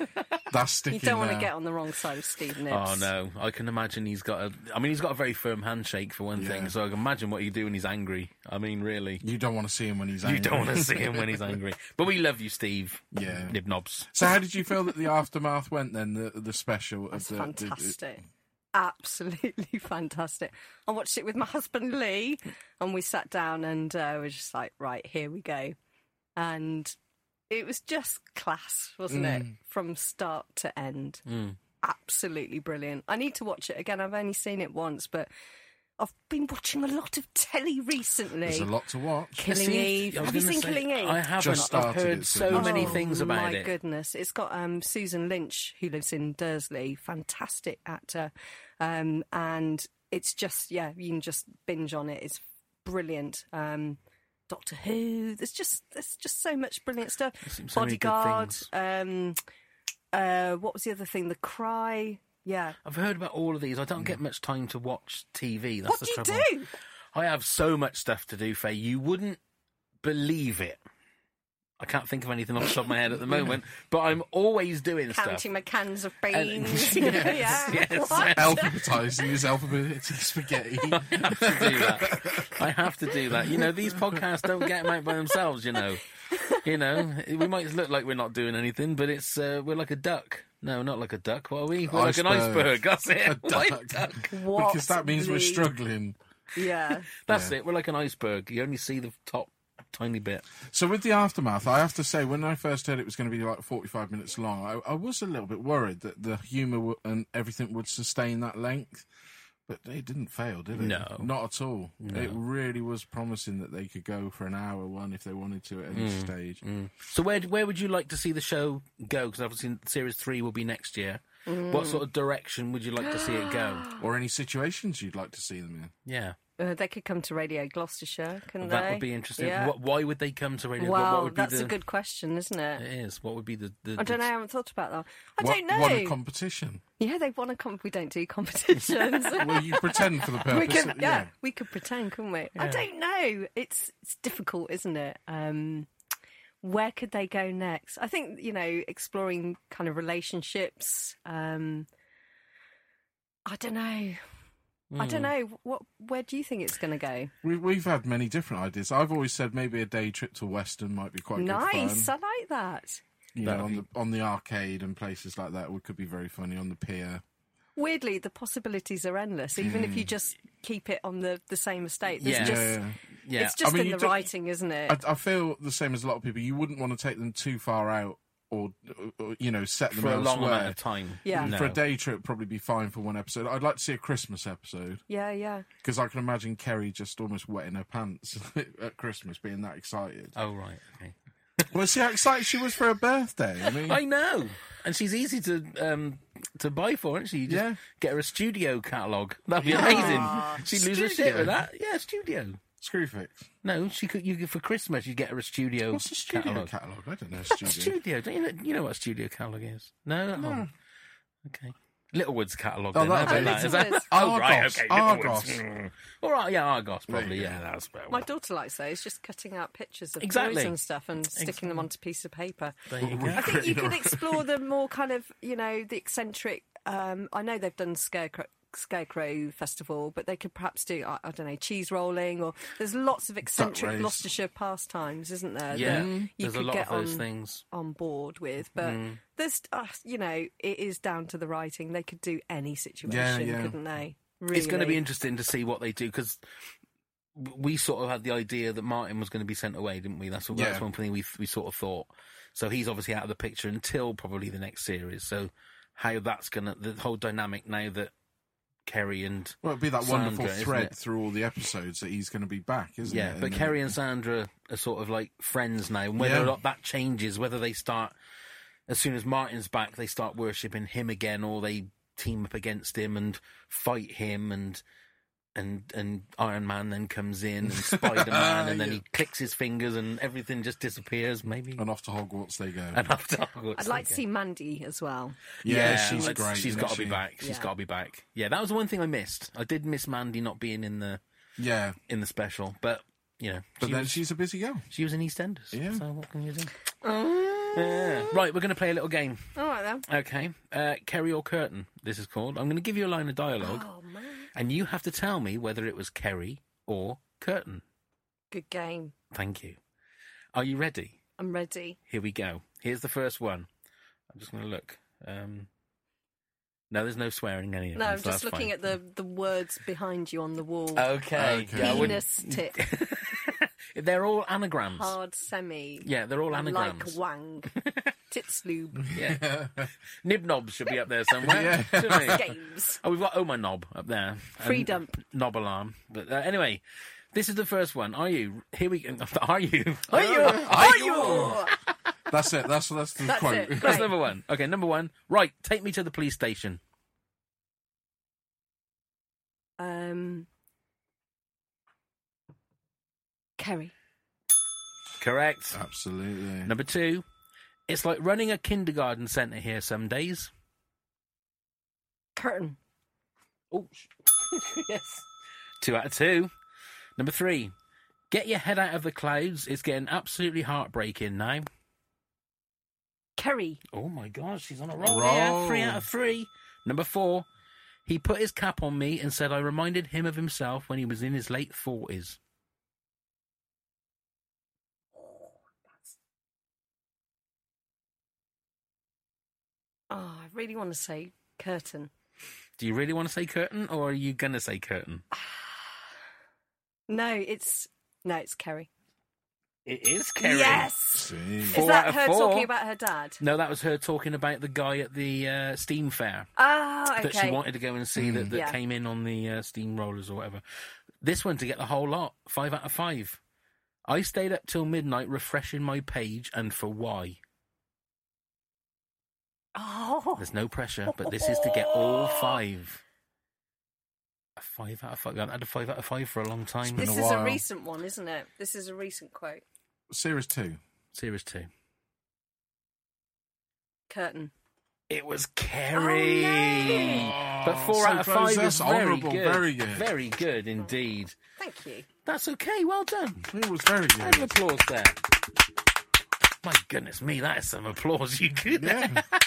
that's sticky.
You don't want
now.
to get on the wrong side of Steve Nibs.
Oh no! I can imagine he's got a. I mean, he's got a very firm handshake for one
Yeah.
thing. So I can imagine what he do when he's angry. I mean, really,
You don't want to see him when he's angry.
you don't want to see him when he's angry. But we love you, Steve.
Yeah.
Nib Knobs.
So how did you feel that the aftermath went then? The the special
It's
of the the-
fantastic. Absolutely fantastic. I watched it with my husband Lee, and we sat down and uh, we are just like, right, here we go. And it was just class, wasn't it?
Mm.
From start to end. Absolutely brilliant. I need to watch it again. I've only seen it once, but I've been watching a lot of telly recently.
There's a lot to watch.
Killing
See,
Eve.
I was
Have you
gonna
seen
say,
Killing Eve?
I haven't.
Just
I've
started
heard
it,
so
so
many
Oh,
things about
my
it.
goodness, it's got um, Susan Lynch, who lives in Dursley, fantastic actor, um, and it's just yeah, you can just binge on it. It's brilliant. Um, Doctor Who. There's just there's just so much brilliant stuff.
seems so many good
Bodyguard.
things.
um, uh, what was the other thing? The Cry. Yeah.
I've heard about all of these. I don't get much time to watch TV. That's
Mm. what
the
do you
trouble.
do?
I have so much stuff to do, Faye. You wouldn't believe it. I can't think of anything off the top of my head at the moment, but I'm always doing
Counting
stuff.
my cans of beans.
yes, yes,
What?
Alphabetizing is alphabetic spaghetti.
I have to do that. I have to do that. You know, these podcasts don't get them out by themselves. You know, you know, we might look like we're not doing anything, but it's uh, we're like a duck. No, not like a duck. What are we? We're like an iceberg.
Iceberg.
That's it.
A
Why
duck.
duck?
What
because that means we're
the-
struggling.
Yeah.
That's it. We're like an iceberg. You only see the top tiny bit.
So with the aftermath, I have to say, when I first heard it was going to be like forty-five minutes long, I, I was a little bit worried that the humour w- and everything would sustain that length. But it didn't fail, did it?
No.
not at all. It really was promising that they could go for an hour one if they wanted to at
Mm.
any stage.
So where where would you like to see the show go? Because obviously series three will be next year. What sort of direction would you like to see it go?
Or any situations you'd like to see them in.
Yeah,
Uh, they could come to Radio Gloucestershire, couldn't they?
that would be interesting.
Yeah.
What, why would they come to radio?
Wow,
what would be
that's
the,
a good question, isn't it?
It is. What would be the? the
I don't know. I
the-
haven't thought about that. I
What-
don't know.
What a competition!
yeah, they want to comp. We don't do competitions.
Well, you pretend for the purpose.
we could,
of-
yeah, we could pretend, couldn't we? I don't know. It's it's difficult, isn't it? Um, where could they go next? I think you know, exploring kind of relationships. Um, I don't know. I
Hmm.
don't know. What? Where do you think it's going to go?
We, we've had many different ideas. I've always said maybe a day trip to Weston might be quite good fun.
nice. I like that.
you know,
That'd
on
be-
the on the arcade and places like that, which could be very funny on the pier.
Weirdly, the possibilities are endless. Even if you
Hmm.
just keep it on the, the same estate, there's
Yeah.
just
Yeah,
Yeah,
it's just
I mean, you
in the
don't-
writing, isn't it?
I, I feel the same as a lot of people. You wouldn't want to take them too far out, or, or you know, set them
for a
elsewhere.
long amount of time.
Yeah.
No.
For a day trip, probably be fine for one episode. I'd like to see a Christmas episode
yeah, yeah.
because I can imagine Kerry just almost wetting her pants at Christmas, being that excited.
Oh right. Okay.
Well, see how excited she was for her birthday. I mean,
I know, and she's easy to um, to buy for, isn't she? You just
Yeah.
get her a studio catalog. That'd be amazing. She'd lose her shit
Studio.
with that. Yeah, studio.
Screwfix.
No, she could. You could for Christmas, you get her a studio.
What's a studio
catalog.
catalogue? I don't know.
A
Studio.
Studio, don't you know, you know what a studio catalog is? No, Oh, okay. Littlewood's catalog.
Oh,
then, that'd
that'll do.
be nice. Is that-
Littlewood's.
oh right,
Argos,
okay. Littlewood's.
Argos.
Mm. All right, yeah, Argos probably.
There you
Yeah, that's well.
My daughter likes those, just cutting out pictures of
Exactly.
toys and stuff and sticking them onto pieces of paper.
there you go.
I think you could explore the more kind of, you know, the eccentric. Um, I know they've done scarecrow. Scarecrow Festival, but they could perhaps do I, I don't know cheese rolling or there's lots of eccentric
race.
Gloucestershire pastimes, isn't there? that
Yeah,
uh, you
there's a
could
lot
get
of those
on,
things.
on board with. But
Mm.
there's, uh, you know, it is down to the writing. They could do any situation,
yeah.
couldn't they? Really.
It's going to be interesting to see what they do because we sort of had the idea that Martin was going to be sent away, didn't we? That's, that's
Yeah.
one thing we we sort of thought. So he's obviously out of the picture until probably the next series. So how that's going to the whole dynamic now that Kerry and
Well, it'd be that wonderful
Sandra, isn't
thread
it?
through all the episodes that he's going to be back, isn't
yeah,
it?
but
And- uh,
Kerry and Sandra are sort of like friends now, and whether
Yeah.
or not that changes, whether they start as soon as Martin's back, they start worshipping him again, or they team up against him and fight him, and and and Iron Man then comes in and Spider Man, and then he clicks his fingers and everything just disappears. Maybe
and off to Hogwarts they go.
and after Hogwarts
I'd like to
again.
see Mandy as well.
yeah,
she's
she's great.
She's
isn't
got to
she?
be back. She's
Yeah.
got to be back. Yeah, that was the one thing I missed. I did miss Mandy not being in the
Yeah,
in the special, but you know,
but
she
then
was-
she's a busy girl.
She was in EastEnders.
Yeah.
So what can you do? Oh. Yeah. Right, we're going to play a little game.
All right then.
Okay. Uh, Kerry or Curtain, this is called. I'm going to give you a line of dialogue,
Oh man,
and you have to tell me whether it was Kerry or Curtain.
good game.
Thank you. Are you ready?
I'm ready.
Here we go. Here's the first one. I'm just going to look. Um, no, there's no swearing in any of
No,
them,
I'm
so
just
that's
looking
fine. Oh,
at the the words behind you on the wall.
Okay.
Okay.
Yeah, I wouldn't-
Penis tip.
They're all anagrams.
Hard semi.
Yeah, they're all
Like
anagrams.
Wang. Tits lube.
yeah. Nib knobs should be up there somewhere. shouldn't they?
Games.
Oh, we've got Oh My Knob up there.
Free
And
dump.
Knob alarm. But uh, anyway, this is the first one. Are you? Here we go. Are you?
Are you? Are you?
That's it. That's that's the
That's
quote.
it.
That's
Right.
number one. Okay, number one. Right, take me to the police station.
Um, Kerry.
Uh,
Correct.
Absolutely.
Number two. It's like running a kindergarten centre here some days.
Curtain.
Oh, sh- yes. Two out of two. Number three. Get your head out of the clouds. It's getting absolutely heartbreaking now.
Kerry.
Oh my gosh, she's on a roll.
Roll.
Yeah, three out of three. Number four, he put his cap on me and said I reminded him of himself when he was in his late forties.
Oh, I really want to say curtain.
Do you really want to say curtain, or are you gonna say curtain?
No, it's no, it's Kerry.
It is Kerry.
Yes.
Gee.
Four
Is that
out of
her
four.
talking about her dad?
No, that was her talking about the guy at the uh, steam fair
Oh, okay.
that she wanted to go and see that, that
Yeah.
came in on the uh, steamrollers or whatever. This one to get the whole lot, five out of five. I stayed up till midnight refreshing my page, and for why?
Oh,
There's no pressure, but this is to get all five. A five out of five. I haven't had a five out of five for a long time.
been
this
a
is a
while.
recent one, isn't it? This is a recent quote.
Series two.
Series two.
Curtain.
It was Kerry.
Oh,
But four
so
out of
close.
five
That's
is very
honourable.
good.
Very good.
Very good indeed.
Thank you.
That's okay. Well done.
It was very
Round of
good.
applause there. My goodness me, that is some applause you could.
Yeah.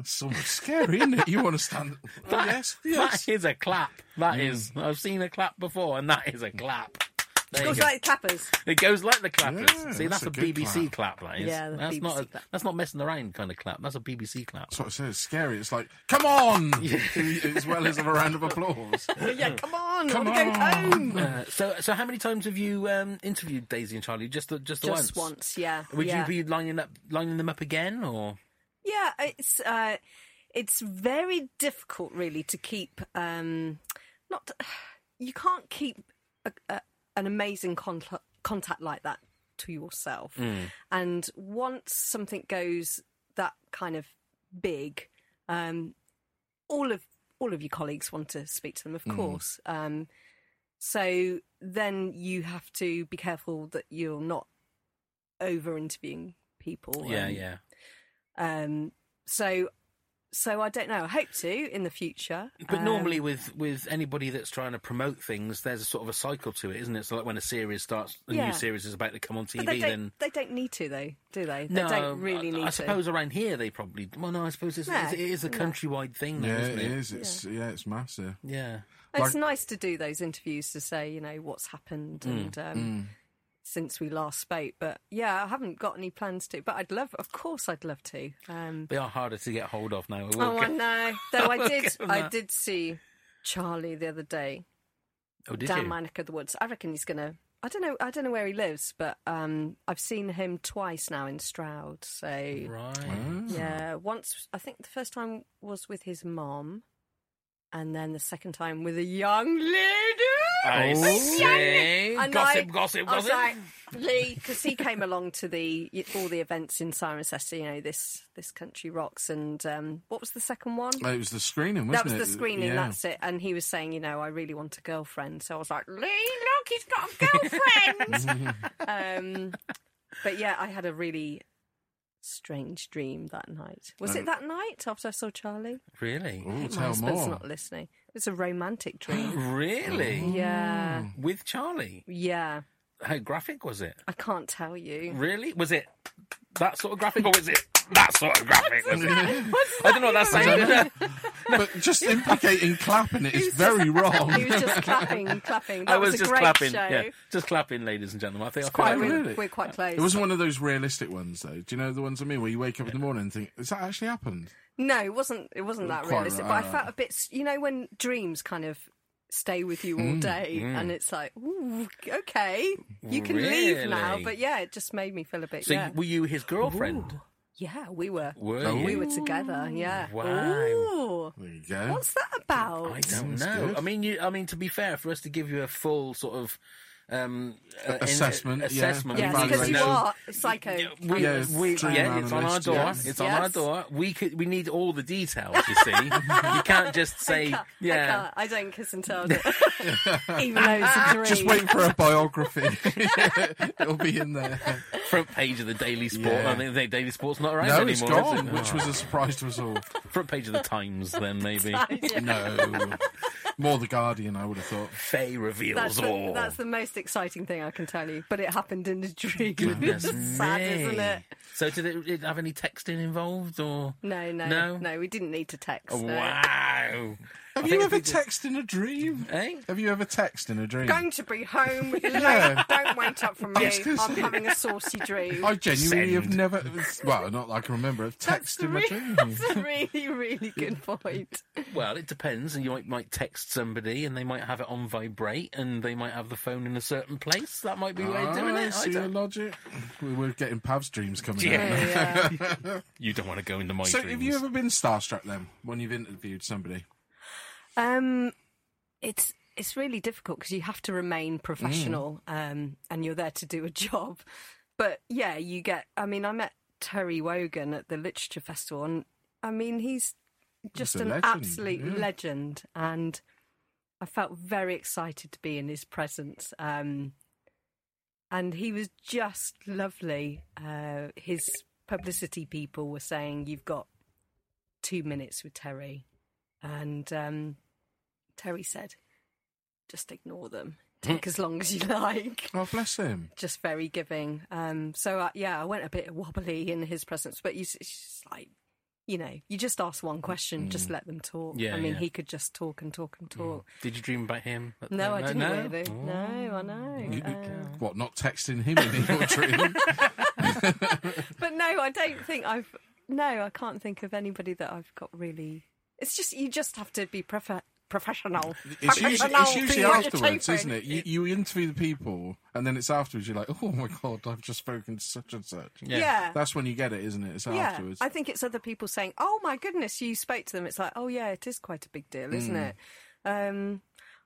It's somewhat scary, isn't it? You want to stand? Oh, yes, yes.
That is a clap. That is- I've seen a clap before, and that is a clap. There
It
you
goes
go.
like clappers.
It goes like the clappers.
Yeah,
See, that's,
that's
a,
a good
BBC clap. that is.
Yeah, the
that's
BBC
not a,
clap.
that's not messing around kind of clap. That's a BBC clap.
That's what I said. It's scary. It's like, come on, as well as a round of applause.
yeah, come on.
Come
I wanna go home.
on.
Uh, so, so how many times have you um, interviewed Daisy and Charlie? Just the, just, the
Just
once.
once, yeah.
Would
yeah.
you be lining up lining them up again or?
Yeah, it's uh, it's very difficult, really, to keep. Um, not you can't keep a, a, an amazing contact contact like that to yourself.
Mm.
And once something goes that kind of big, um, all of all of your colleagues want to speak to them,
Mm.
of course. Um, so then you have to be careful that you're not over interviewing people.
Yeah,
and
yeah.
um, so, so I don't know. I hope to in the future.
But
Um,
normally, with with anybody that's trying to promote things, there's a sort of a cycle to it, isn't it? It's like when a series starts, a
Yeah.
new series is about to come on TV,
but they don't,
then.
they don't need to though, do they? They
no,
don't really
I,
need
I
to.
suppose around here they probably. Well, no, I suppose it's,
No,
it's, it is a
no.
countrywide thing, now,
Yeah,
isn't
it
it?
is. It's yeah, it's massive.
Yeah.
like-
it's nice to do those interviews to say, you know, what's happened
Mm,
and um, since we last spoke. But yeah, I haven't got any plans to. But I'd love, of course, I'd love to. Um,
They are harder to get hold of now. I will
oh, I
go-
know. Though I
We'll
did,
give 'em
I
that.
did see Charlie the other day.
Oh, did
down
you?
my neck of the woods. I reckon he's gonna. I don't know. I don't know where he lives, but um, I've seen him twice now in Stroud. So
Mm.
Right.
yeah, once I think the first time was with his mom, and then the second time with a young lady.
I see.
And
Gossip,
I-
gossip,
I was
gossip.
like, Lee, because he came along to the all the events in Siren Sester, you know, this this country rocks, and um, what was the second one?
It was the screening, wasn't
That was
it?
the screening,
Yeah.
that's it. And he was saying, you know, I really want a girlfriend. So I was like, Lee, look, he's got a girlfriend. um, but yeah, I had a really strange dream that night. Was it that night after I saw Charlie?
Really?
Ooh,
My
Um, tell
husband's
more.
not listening. It was a romantic dream.
Mm.
Really?
yeah.
With Charlie?
Yeah.
How graphic was it?
I can't tell you.
Really? Was it that sort of graphic or was it that sort of graphic? Was it? I don't know what that sounded.
but just implicating clapping it is very wrong.
He was just clapping, clapping. That
I was,
a
just
great
clapping.
show.
Yeah, just clapping, ladies and gentlemen. I think I
Quite,
feel
Oh,
we're,
like
really?
we're quite close.
It wasn't one of those realistic ones, though. Do you know the ones I mean, where you wake up in the morning and think, "Has that actually happened?"
No, it wasn't. It wasn't that
Quite
realistic.
right,
But I felt a bit. You know, when dreams kind of stay with you all
Hmm,
day. And it's like, ooh, okay, you can leave now.
Really?
But yeah, it just made me feel a bit.
So
yeah.
were you his girlfriend?
yeah, we were.
Were
Oh.
you?
We were together. Yeah.
Wow.
Ooh.
There you go.
What's that about?
I don't
Sounds
know.
good.
I mean, you, I mean, to be fair, for us to give you a full sort of um, uh, in-
assessment, yeah.
assessment,
Yes,
we need
because
to
you
know-
are psycho.
We,
Yeah,
we,
dream
yeah, it's on our
analyst,
door.
yes.
It's on our
Yes.
door. We could, we need all the details. You see, you can't just say,
can't- I,
yeah,
can't. I don't kiss and tell. Even though it's a dream.
Just waiting for a biography. It'll be in there.
front page of the Daily Sport.
Yeah.
I think the Daily Sport's not around
No,
anymore.
it's
is
gone,
it?
which
Oh.
was a surprise to us all.
front page of the Times. Then maybe
No. More the Guardian, I would have thought.
Faye reveals
That's the,
all.
that's the most exciting thing I can tell you. But it happened in a dream.
Goodness
it's sad,
me.
isn't it?
So did it, it have any texting involved or?
No, no,
No?
no, We didn't need to text.
Oh,
no.
Wow.
Have
I
you
think
ever
we did-
texted in a dream?
Uh,
Eh?
Have you ever texted in a dream?
Going to be home late.
Yeah.
Don't wait up for me.
Yes, 'cause-
I'm having a saucy dream.
I
Send.
genuinely have never. Well, not that I can remember. I've
That's
texted in my
re-
dream.
That's a really, really good point.
Well, it depends, and you might, might text somebody, and they might have it on vibrate, and they might have the phone in a certain place. That might be where they're doing
Ah, I
it.
see
I
your
don't...
logic. We- We're getting Pav's dreams coming out.
Yeah.
Yeah.
You don't want to go into my
So, have you ever been starstruck then when you've interviewed somebody?
Um, it's it's really difficult because you have to
Mm.
remain professional, um, and you're there to do a job. But yeah, you get. I mean, I met Terry Wogan at the Literature Festival, and I mean, he's just
a
an
legend,
absolute
yeah.
legend, and I felt very excited to be in his presence. Um, and he was just lovely. Uh, his publicity people were saying, "You've got two minutes with Terry," and um, Terry said, "Just ignore them. Take as long as you like."
Oh, bless him.
Just very giving. Um, so I, yeah, I went a bit wobbly in his presence, but you, s- it's just like, you know, you just ask one question, just let them talk.
Yeah,
I mean,
yeah.
he could just talk and talk and talk.
Did you dream about him? at the
No, I
moment?
didn't
No?
really. No, I know.
You-
Uh,
What, not texting him in your dream?
but no, I don't think I've. No, I can't think of anybody that I've got really. It's just you just have to be prof- professional.
It's usually,
Professional
it's usually
for your
afterwards,
achievement.
isn't it? You, you interview the people, and then it's afterwards you're like, oh my god, I've just spoken to such and such.
Yeah.
Yeah.
That's when you get it, isn't it? It's
yeah,
afterwards.
I think it's other people saying, "Oh my goodness, you spoke to them." It's like, "Oh yeah, it is quite a big deal, isn't
Mm.
it?" Um,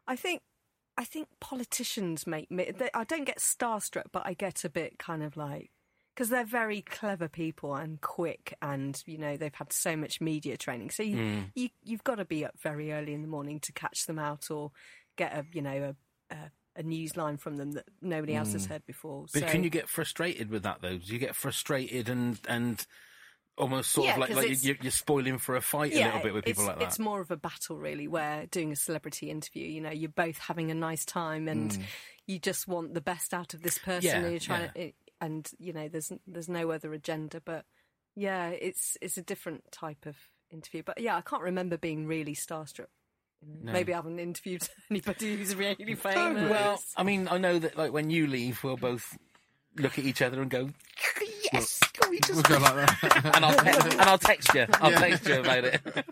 I think, I think politicians make me. They, I don't get starstruck, but I get a bit kind of like because they're very clever people and quick, and you know they've had so much media training, so you,
Mm.
you you've got to be up very early in the morning to catch them out or get a you know a. a a news line from them that nobody else has heard before.
Mm. But
so.
can you get frustrated with that though? Do you get frustrated and and almost sort
Yeah,
of like
'cause
like
it's-
you're, you're spoiling for a fight a little bit with people
it's,
like that?
It's more of a battle, really, where doing a celebrity interview, you know, you're both having a nice time and you just want the best out of this person.
Mm. Yeah,
and you're trying to, and you know, there's there's no other agenda, but yeah, it's it's a different type of interview. But yeah, I can't remember being really starstruck. Maybe I haven't interviewed anybody who's really famous.
Well, I mean, I know that like when you leave, we'll both look at each other and go, "Yes, can we
We'll
just?"
go like that.
And I'll text, and I'll text you. I'll text you about it.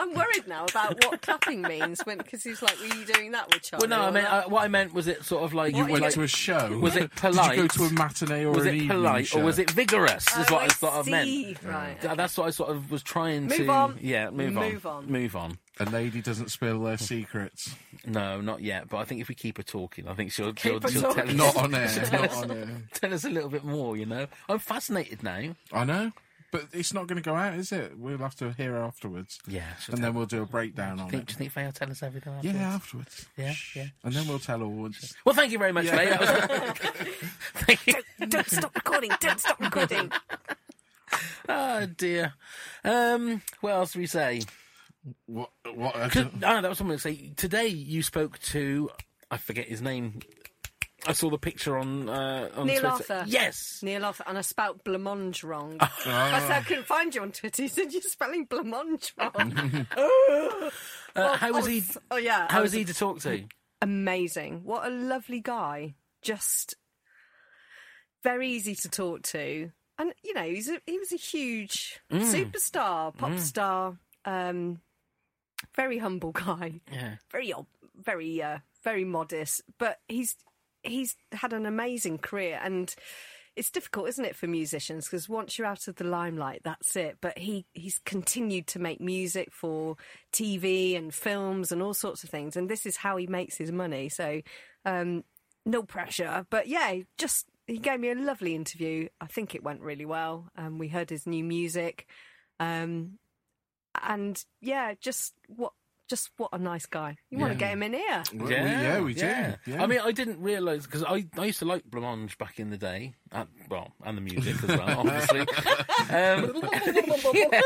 I'm worried now about what clapping means when because he's like, "Were you doing that with Charlie?"
Well, no,
or
I mean,
that?"
I, what I meant was it sort of like
you
like-
went to a show.
Was it polite?
Did you go to a matinee or
was
an
it
evening
polite
show?
or was it vigorous? Is what
Oh,
I, sort of
see.
meant.
Right.
Th- That's what I sort of was trying to.
Move on.
Yeah, move on.
Move on.
Move on.
A lady doesn't spill their secrets.
No, not yet. But I think if we keep her talking, I think she'll she'll,
Keep her
she'll tell,
talking.
Not on air. Not on air.
tell us a little bit more. You know, I'm fascinated now.
I know, but it's not going to go out, is it? We'll have to hear afterwards.
Yeah, she'll
and
tell-
then we'll do a breakdown on
Think, do
it.
you think Faye will tell us everything?
Yeah,
afterwards?
afterwards.
Yeah, yeah.
And then we'll tell awards.
Well, thank you very much, Faye. That was- thank you.
don't stop recording. Don't stop recording.
Oh dear. Um, what else do we say?
What? What? I
Could,
don't-
oh, that was something to say. Today you spoke to I forget his name. I saw the picture on uh, on
Neil
Twitter.
Arthur.
Yes.
Neil off and I spelt blancmange wrong. I
Ah.
said I couldn't find you on Twitter. He said you're spelling blancmange wrong.
Uh, how was
oh,
he?
s- oh, yeah,
How
I
was
was-
he to talk to?
Amazing. What a lovely guy. Just very easy to talk to. And you know, he's a, he was a huge
Mm.
superstar, pop star, um, very humble guy.
Yeah.
Very ob- very uh, very modest, but he's he's had an amazing career and. It's difficult, isn't it, for musicians? Because once you're out of the limelight, that's it. But he, he's continued to make music for TV and films and all sorts of things. And this is how he makes his money. So, um, no pressure. But yeah, just he gave me a lovely interview. I think it went really well. Um, we heard his new music, um, and yeah, just what just what a nice guy. You want to get him in here?
Well, we- yeah, we do.
yeah.
yeah.
I mean, I didn't realise because I, I used to like Blancmange back in the day. Uh, well, and the music as well, obviously. um, yeah.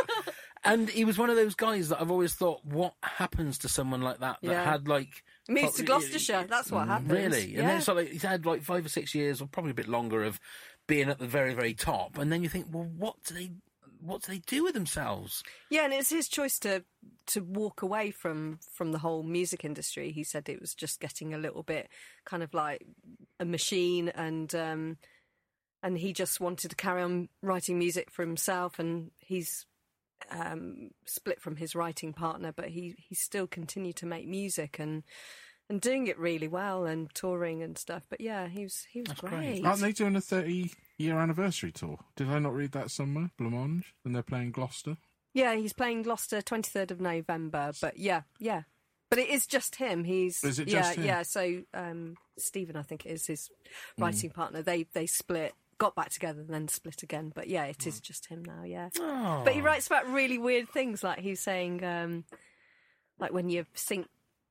And he was one of those guys that I've always thought, what happens to someone like that that
Yeah.
had like
Moves to
probably-
Gloucestershire. That's what happens.
Really? And
Yeah.
then it's like he's had like five or six years, or probably a bit longer, of being at the very, very top. And then you think, well, what do they, what do they do with themselves?
Yeah, and it's his choice to to walk away from from the whole music industry. He said it was just getting a little bit kind of like a machine, and um, and he just wanted to carry on writing music for himself. And he's um, split from his writing partner, but he he still continued to make music and and doing it really well and touring and stuff. But yeah, he was he was
great.
great.
Aren't they doing a 30 year anniversary tour? Did I not read that somewhere? Blancmange? And they're playing Gloucester?
Yeah, he's playing Gloucester 23rd of November, but yeah, yeah. But it is just him. He's
Is it
yeah,
just him?
yeah. So um, Stephen, I think, it is his writing
Hmm.
partner. They they split, got back together, and then split again. But yeah, it
Hmm.
is just him now. Yeah.
Oh.
But he writes about really weird things, like he's saying, um, like when your sink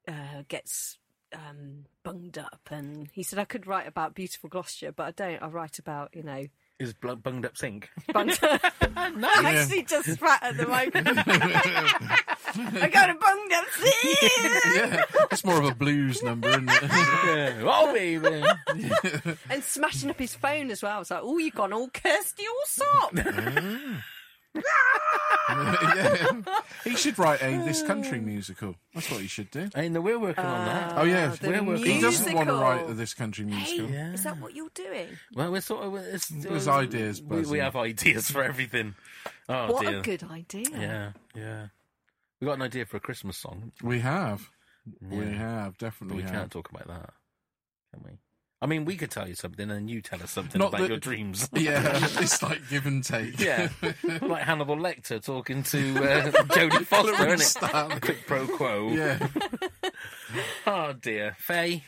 uh, gets um, bunged up, and he said I could write about beautiful Gloucestershire, but I don't. I write about you know.
Is bl- bunged up sink?
Bunged I actually just spat at the microphone. I got a bunged up seat
yeah, it's more of a blues number, isn't it?
yeah. Oh baby.
and smashing up his phone as well. I was like, "Oh, you've gone all Kirsty all up."
yeah. He should write a This Country musical. That's what he should do.
and we're working on
Uh,
that.
Oh, yeah.
the
We're working- He doesn't want to write a This Country musical.
Hey, is that what you're doing?
Well, we're sort of. It's,
There's ideas
We, we
buzzing.
have ideas for everything. Oh
what
dear.
a good idea!
yeah, yeah. We got an idea for a Christmas song.
We have. We
Yeah.
have,
But
definitely
we
have.
can't talk about that, can we? I mean, we could tell you something, and you tell us something
Not
about
that-
your dreams.
Yeah, it's like give and take.
Yeah, like Hannibal Lecter talking to uh, Jodie Foster, isn't it? Quick pro quo.
Yeah.
Oh dear, Faye.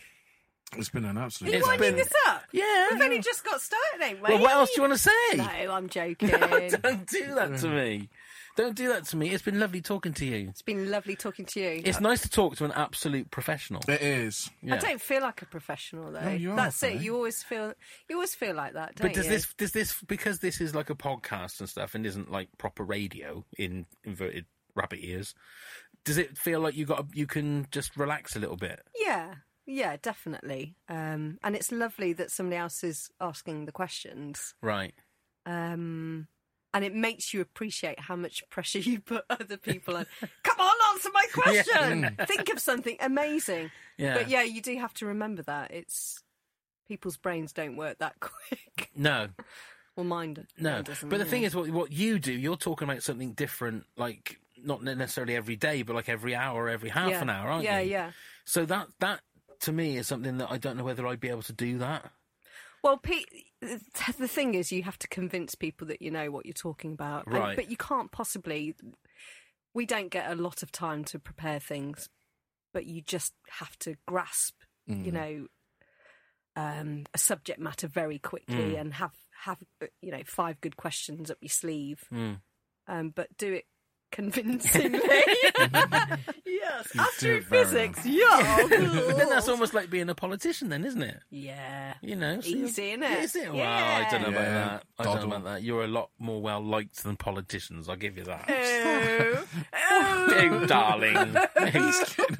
It's been an absolute.
Are you
It's
winding
been-
this up?
Yeah.
we've only just got started, ain't we?
Well, what else do you want to say?
No, I'm joking.
Don't do that to me. Don't do that to me. It's been lovely talking to you.
it's been lovely talking to you.
Uh,
It's nice to talk to an absolute professional.
It is.
Yeah.
I don't feel like a professional though.
No, you are,
That's it.
Faye.
You always feel you always feel like that, don't
But does
you?
this does this because this is like a podcast and stuff and isn't like proper radio in inverted rabbit ears? Does it feel like you got you can just relax a little bit?
Yeah, yeah, definitely. Um, and it's lovely that somebody else is asking the questions.
Right.
Um, and it makes you appreciate how much pressure you put other people on. Come on, answer my question. Think of something amazing.
Mm. Yeah.
But yeah, you do have to remember that it's people's brains don't work that quick.
No.
Well, mine.
No,
mine doesn't,
but the
yeah.
thing is, what what you do, you're talking about something different, like not ne- necessarily every day, but like every hour, or every half
Yeah.
an hour, aren't
yeah,
you?
Yeah,
So that that to me is something that I don't know whether I'd be able to do that.
Well, Pete, th- the thing is, you have to convince people that you know what you're talking about. And-
Right.
but you can't possibly. We don't get a lot of time to prepare things, but you just have to grasp, you
Mm.
know, um, a subject matter very
Mm.
quickly and have have uh, you know five good questions up your sleeve.
Mm.
Um, but do it convincingly. yes,
do it very
astrophysics. Yeah,
But then that's almost like being a politician, then, isn't it?
yeah.
You know, so you-
Easy, innit?
Is it? Well, I don't know about
Yeah.
that. I don't
Doddle.
know about that. You're a lot more well liked than politicians. I'll give you that.
Oh,
oh, darling.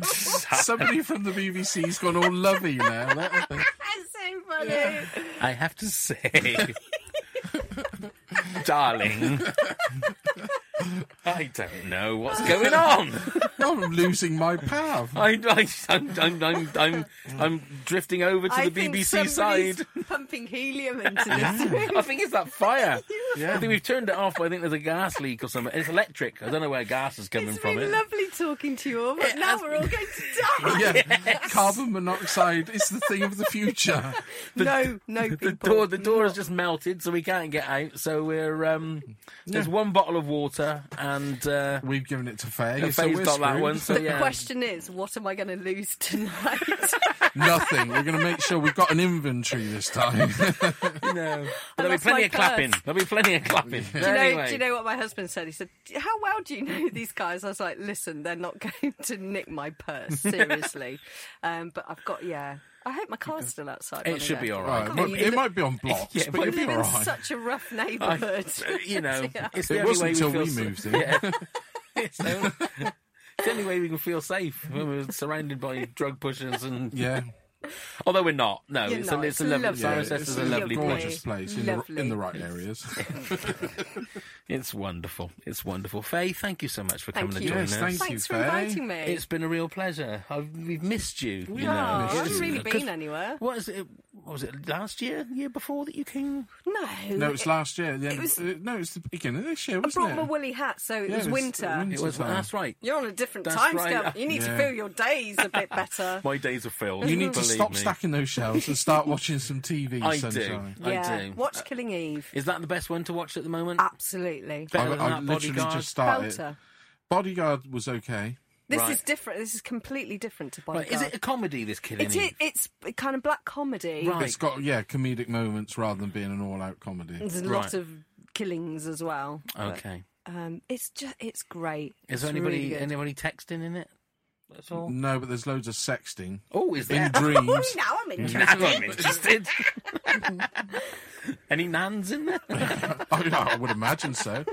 Somebody from the BBC's gone all lovey now. That-
that's so funny.
I have to say, darling. I don't know what's going on.
I'm losing my path.
I, I, I'm, I'm, I'm, I'm, I'm drifting over to
I
the
think
BBC
somebody's
side.
Pumping helium into this
I think it's that fire.
Yeah.
I think we've turned it off. but I think there's a gas leak or something. It's electric. I don't know where gas is coming
It's
from.
been
It.
lovely talking to you all, but now we're all going to die.
Yeah, carbon monoxide is the thing of the future.
no, no, people.
The door, the door has just melted, so we can't get out. So we're um, there's one bottle of water, and uh,
We've given it to Faye.
and
so
Faye's
we're
got that
screwed.
one. So
The
yeah,
question is, what am I going to lose tonight?
Nothing. We're going to make sure we've got an inventory this time.
no. But there'll be
lost my
plenty of
purse.
clapping. There'll be plenty of clapping.
do, you know,
anyway,
do you know what my husband said? He said, "How well do you know these guys?" I was like, "Listen, they're not going to nick my purse, seriously." um, but I've got, yeah. I hope my car's still outside. when
it
I
should
go.
be all right.
Right, it, might,
you
it
live-
might be on blocks,
Yeah,
but
but
it'll be
live
all
in
right.
such a rough
I- uh,
neighbourhood.
you know, it's the
It
only
wasn't
way
until
we,
we
feel
moved
sa-
in.
Yeah. it's, the only, it's the only way we can feel safe when we're surrounded by drug pushers and.
Yeah,
Although we're not. No,
You're
it's,
not,
A, it's
it's
a lovely.
lovely.
yeah
Cyrus Esther's
it's
a lovely
gorgeous
place.
place in the, in
Lovely.
the right areas.
It's wonderful. It's wonderful. Faye, thank you so much for
Thank
coming
you.
and joining
Yes,
us.
thank you,
Thanks for
Faye.
inviting me.
It's been a real pleasure. I've, we've missed you. you
Oh,
know.
I
It's
haven't
just-
really
'cause
been anywhere.
What is it? What was it last year? Year before that you came?
No,
No, it's
it-
last year. The end
it
of-
was-
uh, no, it's the beginning of this year,
I
wasn't
brought
it?
my woolly hat, so it
Yeah,
was
it was-
winter.
it was-
It was.
Sometime.
That's right.
You're on a different
That's
time
right.
scale. You need
Yeah.
to fill your days a bit better.
My days are filled.
You need to
believe
stop
me.
stacking those shelves and start watching some TV.
I
sunshine.
do.
yeah,
I do. Uh,
watch Killing Eve.
Is that the best one to watch at the moment?
Ah, Absolutely.
Better
I,
than
I
that
literally
bodyguard.
just started.
Belter.
Bodyguard was okay.
This
Right.
is different. This is completely different to
Right,
Bodyguard.
is it a comedy? This killing
It's
Eve?
it, it's a kind of black comedy.
Right.
It's got yeah comedic moments rather than being an all-out comedy.
There's a lot
Right.
of killings as well. but,
Okay.
um, it's just it's great.
Is
It's
there anybody
really good.
anybody texting in it? That's all.
No, but there's loads of sexting
Oh, is
in
there?
Oh,
dreams.
now I'm interested.
Now I'm interested. Any nans in there?
I, I would imagine so.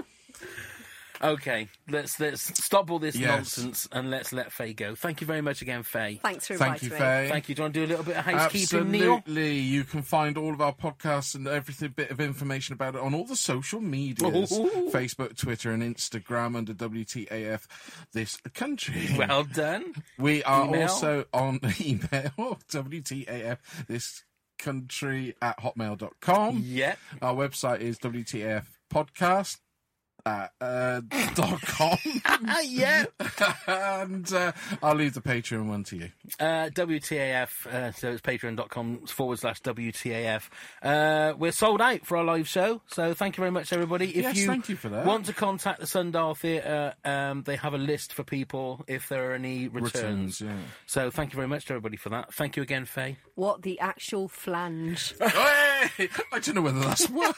Okay, let's let's stop all this
Yes.
nonsense and let's let Faye go. Thank you very much again, Faye.
Thanks for
Thank
inviting
you,
me.
Faye.
Thank you. Do you want to do a little bit of housekeeping, Neil?
Absolutely. You can find all of our podcasts and everything bit of information about it on all the social medias
Ooh.
Facebook, Twitter, and Instagram under WTAF this country.
Well done.
we are
email.
also on email WTAF this country at hotmail.com.
Yep.
Our website is WTF podcast. Uh, uh, dot com
Ah, yeah.
and uh, I'll leave the Patreon one to you.
Uh, WTAF, uh, so it's patreon.com forward slash WTAF. Uh, we're sold out for our live show, so thank you very much, everybody. If
Yes,
you,
thank you for that.
want to contact the Sundial Theatre, um, they have a list for people if there are any returns.
Returns, yeah.
So thank you very much to everybody for that. Thank you again, Faye.
What the actual flange?
Hey! I don't know whether that's worse.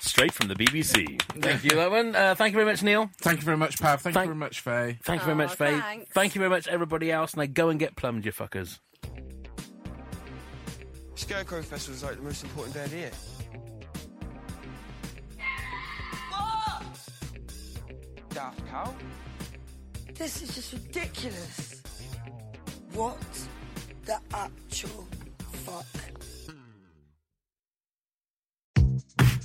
Straight from the BBC. Thank you, Owen. Uh, thank you very much, Neil.
Thank you very much, Pav. Thank,
Thank-
you very much, Faye.
Thank you very much,
Aw,
Faye.
thanks.
Thank you very much, everybody else. Now go and get plumbed, you fuckers.
Scarecrow Festival is like the most important day of the year. Daft cow.
This is just ridiculous. What the actual fuck?